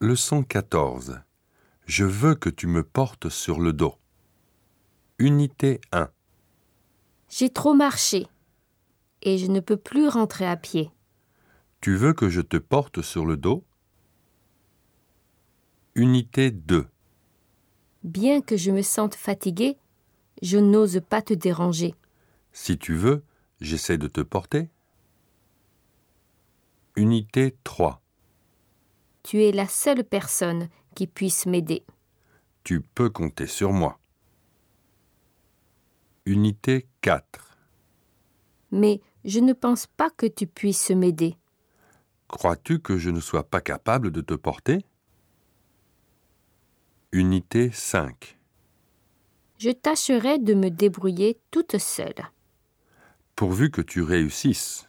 Leçon 14. Je veux que tu me portes sur le dos. Unité 1. J'ai trop marché et je ne peux plus rentrer à pied. Tu veux que je te porte sur le dos Unité 2. Bien que je me sente fatiguée, je n'ose pas te déranger. Si tu veux, j'essaie de te porter. Unité 3. Tu es la seule personne qui puisse m'aider. Tu peux compter sur moi. Unité 4. Mais je ne pense pas que tu puisses m'aider. Crois-tu que je ne sois pas capable de te porter Unité 5. Je tâcherai de me débrouiller toute seule. Pourvu que tu réussisses.